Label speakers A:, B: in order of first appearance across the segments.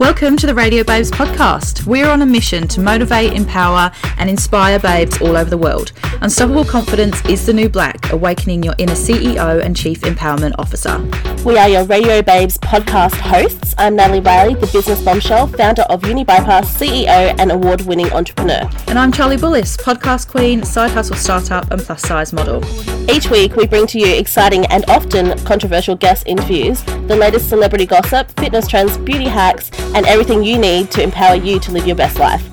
A: Welcome to the Radio Babes podcast. We're on a mission to motivate, empower, and inspire babes all over the world. Unstoppable Confidence is the new black, awakening your inner CEO and Chief Empowerment Officer.
B: We are your Radio Babes podcast hosts. I'm Natalie Riley, the business bombshell, founder of Uni Bypass, CEO, and award winning entrepreneur.
A: And I'm Charlie Bullis, podcast queen, side hustle startup, and plus size model.
B: Each week, we bring to you exciting and often controversial guest interviews, the latest celebrity gossip, fitness trends, beauty hacks, and everything you need to empower you to live your best life.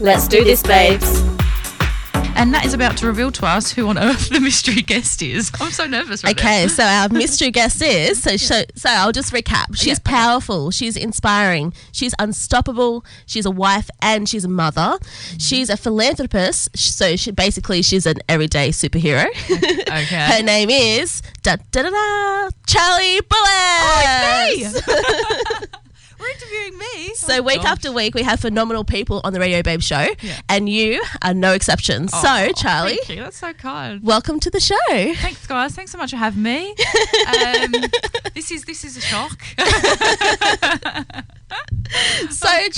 A: Let's do this, babes. And that is about to reveal to us who on earth the mystery guest is. I'm so nervous right
C: Okay, so our mystery guest is so, so. So I'll just recap. She's powerful. She's inspiring. She's unstoppable. She's a wife and she's a mother. She's a philanthropist. So she basically she's an everyday superhero.
A: now.
C: Her
A: Okay.
C: name is da da da da Charlie Bullis.
D: Oh,
A: We're interviewing me.
D: Oh,
A: Oh,
C: So week after week we have phenomenal people on the Radio Babe show, and you are no exception.
A: oh,
C: so Charlie,
D: Thank you. That's so kind.
C: welcome to the show.
D: Thanks, guys. Thanks so much for having me. Um, this is this is a shock.
C: So Charlie,
D: Oh,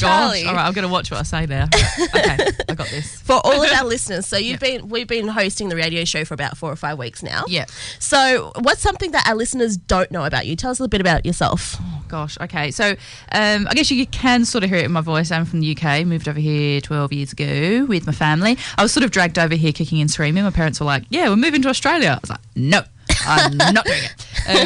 D: Gosh. All right, I'm gonna watch what I say now. Okay, I got this.
C: for all of our listeners. So you've been we've been hosting the radio show for about four or five weeks now.
D: Yeah.
C: So what's something that our listeners don't know about you? Tell us a little bit about yourself.
D: Oh, gosh. Okay. So um, I guess you can sort of hear it in my voice. I'm from the UK. Moved over here 12 years ago with my family. I was sort of dragged over here kicking and screaming. My parents were like, "Yeah, we're moving to Australia." I was like, "No." I'm not doing it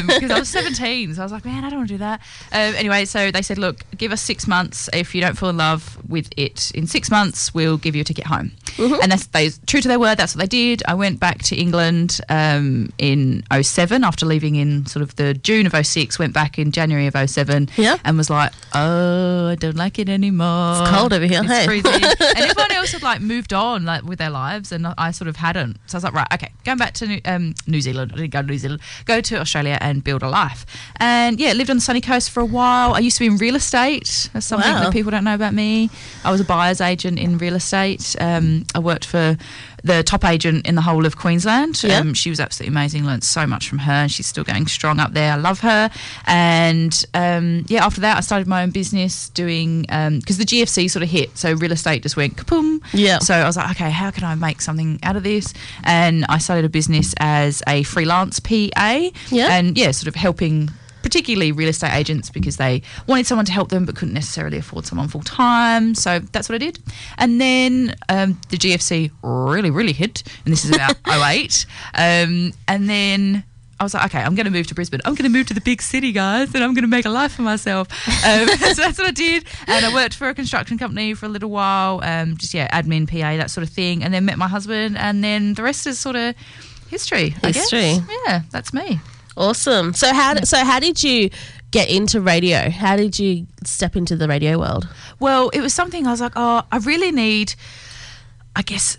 D: because I was 17, so I was like, man, I don't want to do that. Um, anyway, so they said, look, give us six months. If you don't fall in love with it in six months, we'll give you a ticket home.
C: Mm-hmm.
D: And that's they true to their word. That's what they did. I went back to England um, in 07 after leaving in sort of the June of 06. Went back in January of 07
C: Yeah.
D: and was like, oh, I don't like it anymore.
C: It's cold over here,
D: It's
C: hey?
D: freezing. and everyone else had like moved on like with their lives, and I sort of hadn't. So I was like, right, okay, going back to New, um, New Zealand. I didn't go to New Zealand. Go to Australia and build a life. And yeah, lived on the sunny coast for a while. I used to be in real estate. That's something
C: Wow.
D: that people don't know about me. I was a buyer's agent in real estate. Um, I worked for the top agent in the whole of Queensland.
C: Yeah.
D: Um, she was absolutely amazing. Learned so much from her, and she's still going strong up there. I love her. And um, yeah, after that, I started my own business doing because the GFC sort of hit, so real estate just went kaboom.
C: Yeah.
D: So I was like, okay, how can I make something out of this? And I started a business as a freelance PA.
C: Yeah.
D: And yeah, sort of helping. Particularly real estate agents because they wanted someone to help them but couldn't necessarily afford someone full time. So that's what I did. And then um, the GFC really, really hit. And this is about 08. Um, and then I was like, okay, I'm going to move to Brisbane. I'm going to move to the big city, guys, and I'm going to make a life for myself. Um, so that's what I did. And I worked for a construction company for a little while, um, just, yeah, admin, PA, that sort of thing. And then met my husband. And then the rest is sort of history, I guess.
C: History.
D: Yeah, that's me.
C: Awesome. So how so how did you get into radio? How did you step into the radio world?
D: Well, it was something I was like, oh, I really need, I guess,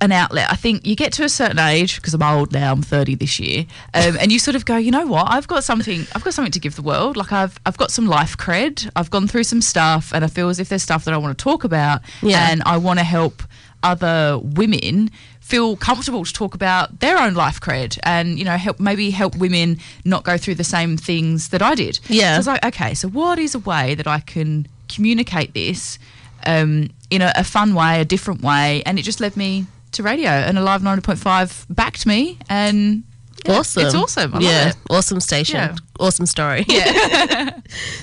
D: an outlet. I think you get to a certain age because I'm old now. I'm 30 this year, um, and you sort of go, you know what? I've got something. I've got something to give the world. Like I've I've got some life cred. I've gone through some stuff, and I feel as if there's stuff that I want to talk about,
C: Yeah.
D: and I want to help other women feel comfortable to talk about their own life cred and you know help maybe help women not go through the same things that I did.
C: Yeah.
D: So I was like, okay, so what is a way that I can communicate this um, in a, a fun way, a different way? And it just led me to radio, and Alive 90.5 backed me, and yeah,
C: awesome.
D: It's awesome. I love
C: yeah.
D: it.
C: Awesome station.
D: Yeah.
C: Awesome story. Yeah.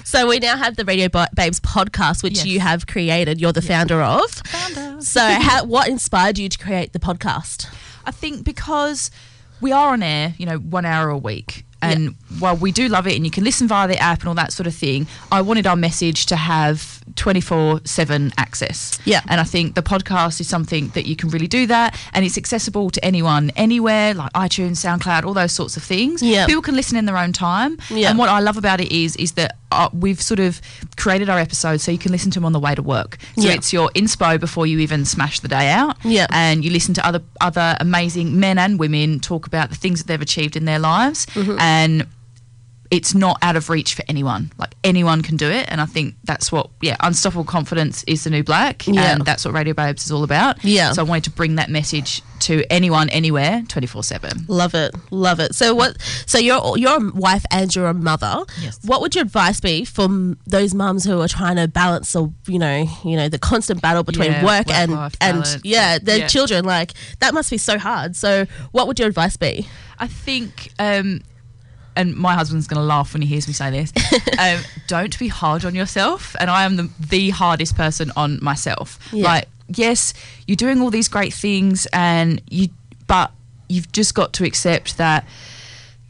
C: so we now have the Radio Bo- Babes podcast, which
D: Yes.
C: you have created. You're the founder of.
D: Founder.
C: So how, what inspired you to create the podcast?
D: I think because we are on air, you know, one hour a week. And while we do love it and you can listen via the app and all that sort of thing, I wanted our message to have 24 7 access.
C: Yeah.
D: And I think the podcast is something that you can really do that. And it's accessible to anyone, anywhere, like iTunes, SoundCloud, all those sorts of things.
C: Yeah.
D: People can listen in their own time.
C: Yeah.
D: And what I love about it is is that uh, we've sort of created our episodes so you can listen to them on the way to work. So
C: Yeah.
D: it's your inspo before you even smash the day out
C: Yeah.
D: and you listen to other other
C: Mm-hmm.
D: amazing men and women talk about the things that they've achieved in their lives and it's not out of reach for anyone. Like anyone can do it, and I think that's what yeah, unstoppable confidence is the new black,
C: Yeah.
D: and that's what Radio Babes is all about.
C: Yeah.
D: So I wanted to bring that message to anyone, anywhere, twenty four seven.
C: Love it, love it. So what? So you're you're a wife and you're a mother.
D: Yes.
C: What would your advice be for m- those mums who are trying to balance the you know you know the constant battle between
D: Yeah,
C: work and
D: work-life
C: and
D: balance.
C: yeah their
D: Yeah.
C: children? Like that must be so hard. So what would your advice be?
D: I think, um, and my husband's going to laugh when he hears me say this. um, don't be hard on yourself, and I am the, the hardest person on myself.
C: Yeah.
D: Like, yes, you're doing all these great things, and you, but you've just got to accept that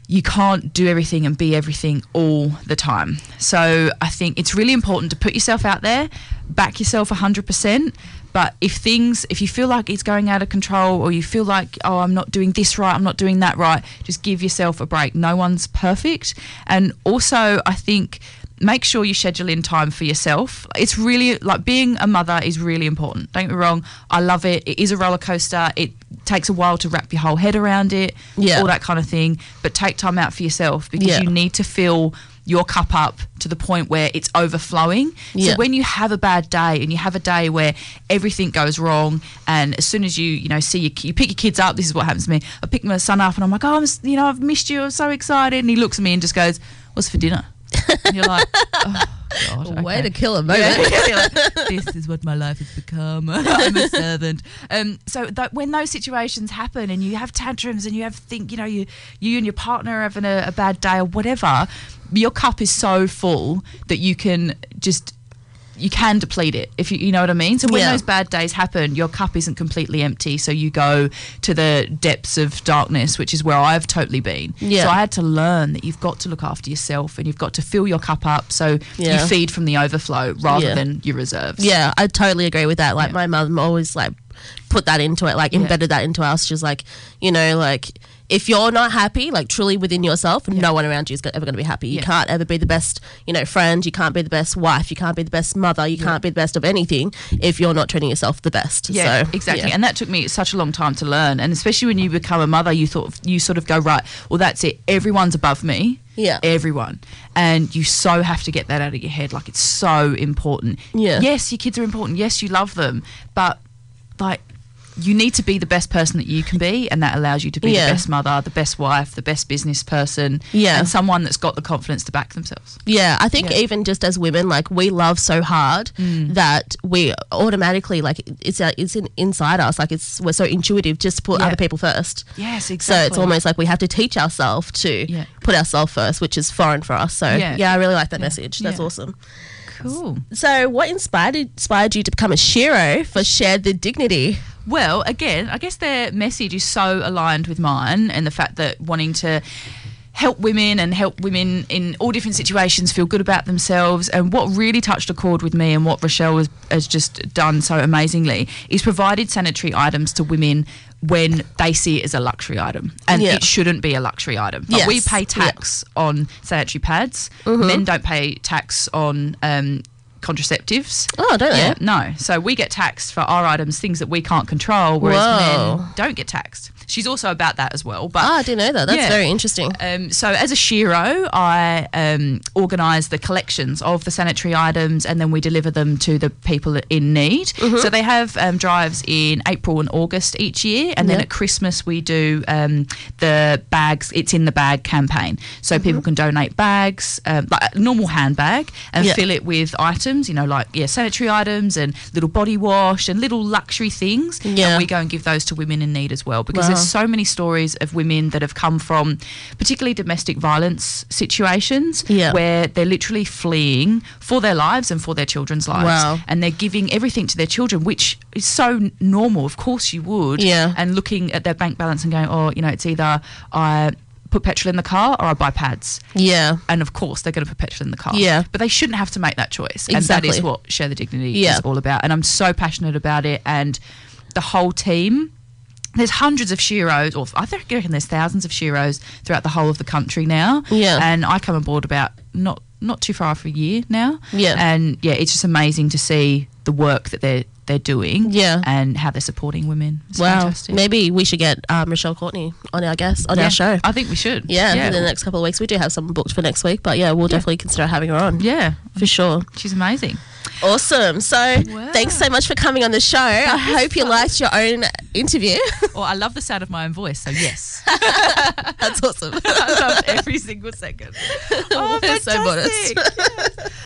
D: you can't do everything and be everything all the time. So I think it's really important to put yourself out there, back yourself 100%. But if things, if you feel like it's going out of control or you feel like, oh, I'm not doing this right, I'm not doing that right, just give yourself a break. No one's perfect. And also, I think make sure you schedule in time for yourself. It's really like being a mother is really important. Don't get me wrong. I love it. It is a roller coaster. It takes a while to wrap your whole head around it,
C: Yeah.
D: all that kind of thing. But take time out for yourself because
C: Yeah.
D: you need to fill your cup up to the point where it's overflowing.
C: Yeah.
D: So when you have a bad day and you have a day where everything goes wrong, and as soon as you you know see your, you pick your kids up, this is what happens to me. I pick my son up and I'm like, oh, I'm s- you know I've missed you. I'm so excited, and he looks at me and just goes, "What's for dinner?" And you're like, oh, God, okay.
C: kill a
D: Yeah. this is what my life has become. I'm a servant. Um, so that when those situations happen and you have tantrums and you have think, you know, you you and your partner are having a, a bad day or whatever, your cup is so full that you can just you can deplete it if you you know what I mean. So when
C: Yeah.
D: those bad days happen, your cup isn't completely empty. So you go to the depths of darkness, which is where I've totally been.
C: Yeah.
D: So I had to learn that you've got to look after yourself and you've got to fill your cup up. So
C: Yeah.
D: you feed from the overflow rather
C: Yeah.
D: than your reserves.
C: Yeah, I totally agree with that. Like my mum always like put that into it, like embedded that into us. She's like, you know, like if you're not happy, like truly within yourself, no one around you is go- ever going to be happy. You
D: Yeah.
C: can't ever be the best, you know, friend. You can't be the best wife. You can't be the best mother. You can't be the best of anything if you're not treating yourself the best.
D: Yeah,
C: so,
D: exactly.
C: yeah.
D: And that took me such a long time to learn. And especially when you become a mother, you thought you sort of go right. Well, that's it. Everyone's above me.
C: Yeah.
D: everyone. And you so have to get that out of your head. Like it's so important.
C: Yeah.
D: Yes, your kids are important. Yes, you love them, but like. You need to be the best person that you can be, and that allows you to be
C: Yeah.
D: the best mother, the best wife, the best business person,
C: Yeah.
D: and someone that's got the confidence to back themselves.
C: Yeah, I think
D: Yeah. Mm.
C: even just as women, like we love so hard that we automatically like it's our, it's in, inside us. Like it's we're so intuitive just to put
D: Yeah.
C: other people first.
D: Yes,
C: So it's
D: exactly.
C: almost like we have to teach ourselves to
D: Yeah.
C: put ourselves first, which is foreign for us. So yeah,
D: Yeah.
C: I really like that message. That's
D: Yeah.
C: awesome.
D: Cool.
C: So what inspired inspired you to become a shiro for shared the dignity?
D: Well, again, I guess their message is so aligned with mine and the fact that wanting to help women and help women in all different situations feel good about themselves and what really touched a chord with me and what Rochelle has, has just done so amazingly is provided sanitary items to women when they see it as a luxury item and
C: Yeah.
D: it shouldn't be a luxury item but we
C: Yes.
D: pay
C: Yeah. Mm-hmm.
D: tax on sanitary pads men don't pay tax on um, contraceptives
C: Oh, don't they?
D: yeah, no. So we get taxed for our items, things that we can't control, whereas
C: Whoa.
D: men don't get taxed. She's also about that as well. But
C: Ah, I didn't know that. That's
D: Yeah.
C: very interesting.
D: um, so as a shiro, I um, organise the collections of the sanitary items, and then we deliver them to the people in need.
C: Mm-hmm.
D: So they have um, drives in April and August each year, and then
C: Yeah.
D: at Christmas we do um, the bags. It's in the bag campaign, so
C: Mm-hmm.
D: people can donate bags, um, like a normal handbag, and
C: Yeah.
D: fill it with items. You know, like yeah, sanitary items and little body wash and little luxury things.
C: Yeah.
D: And we go and give those to women in need as well, because
C: Wow.
D: there's so many stories of women that have come from particularly domestic violence situations
C: Yeah.
D: where they're literally fleeing for their lives and for their children's lives
C: Wow.
D: and they're giving everything to their children which is so n- normal of course you would
C: Yeah.
D: and looking at their bank balance and going oh you know it's either i put petrol in the car or i buy pads
C: Yeah.
D: and of course they're going to put petrol in the car.
C: Yeah.
D: But they shouldn't have to make that choice. And that
C: Exactly.
D: is what Share the Dignity
C: Yeah.
D: is all about. And I'm so passionate about it and the whole team. There's hundreds of Shiros, or I think I reckon there's thousands of Shiros throughout the whole of the country now.
C: Yeah.
D: And I come on board about not not too far off a year now.
C: Yeah.
D: And yeah, it's just amazing to see the work that they're they're doing.
C: Yeah.
D: And how they're supporting women. It's
C: wow.
D: fantastic.
C: Maybe we should get uh, Michelle Courtney on our guest on
D: Yeah,
C: our show.
D: I think we should.
C: yeah, in the
D: Yeah.
C: next couple of weeks. We do have someone booked for next week, but yeah, we'll definitely consider having her on.
D: Yeah.
C: For sure.
D: She's amazing.
C: Awesome. So thanks so much for coming on the show. I hope you liked your own interview.
D: Well, Oh, I love the sound of my own voice, so yes.
C: That's awesome.
D: I love every single second. Oh,
C: We're so modest.
D: fantastic. Yes.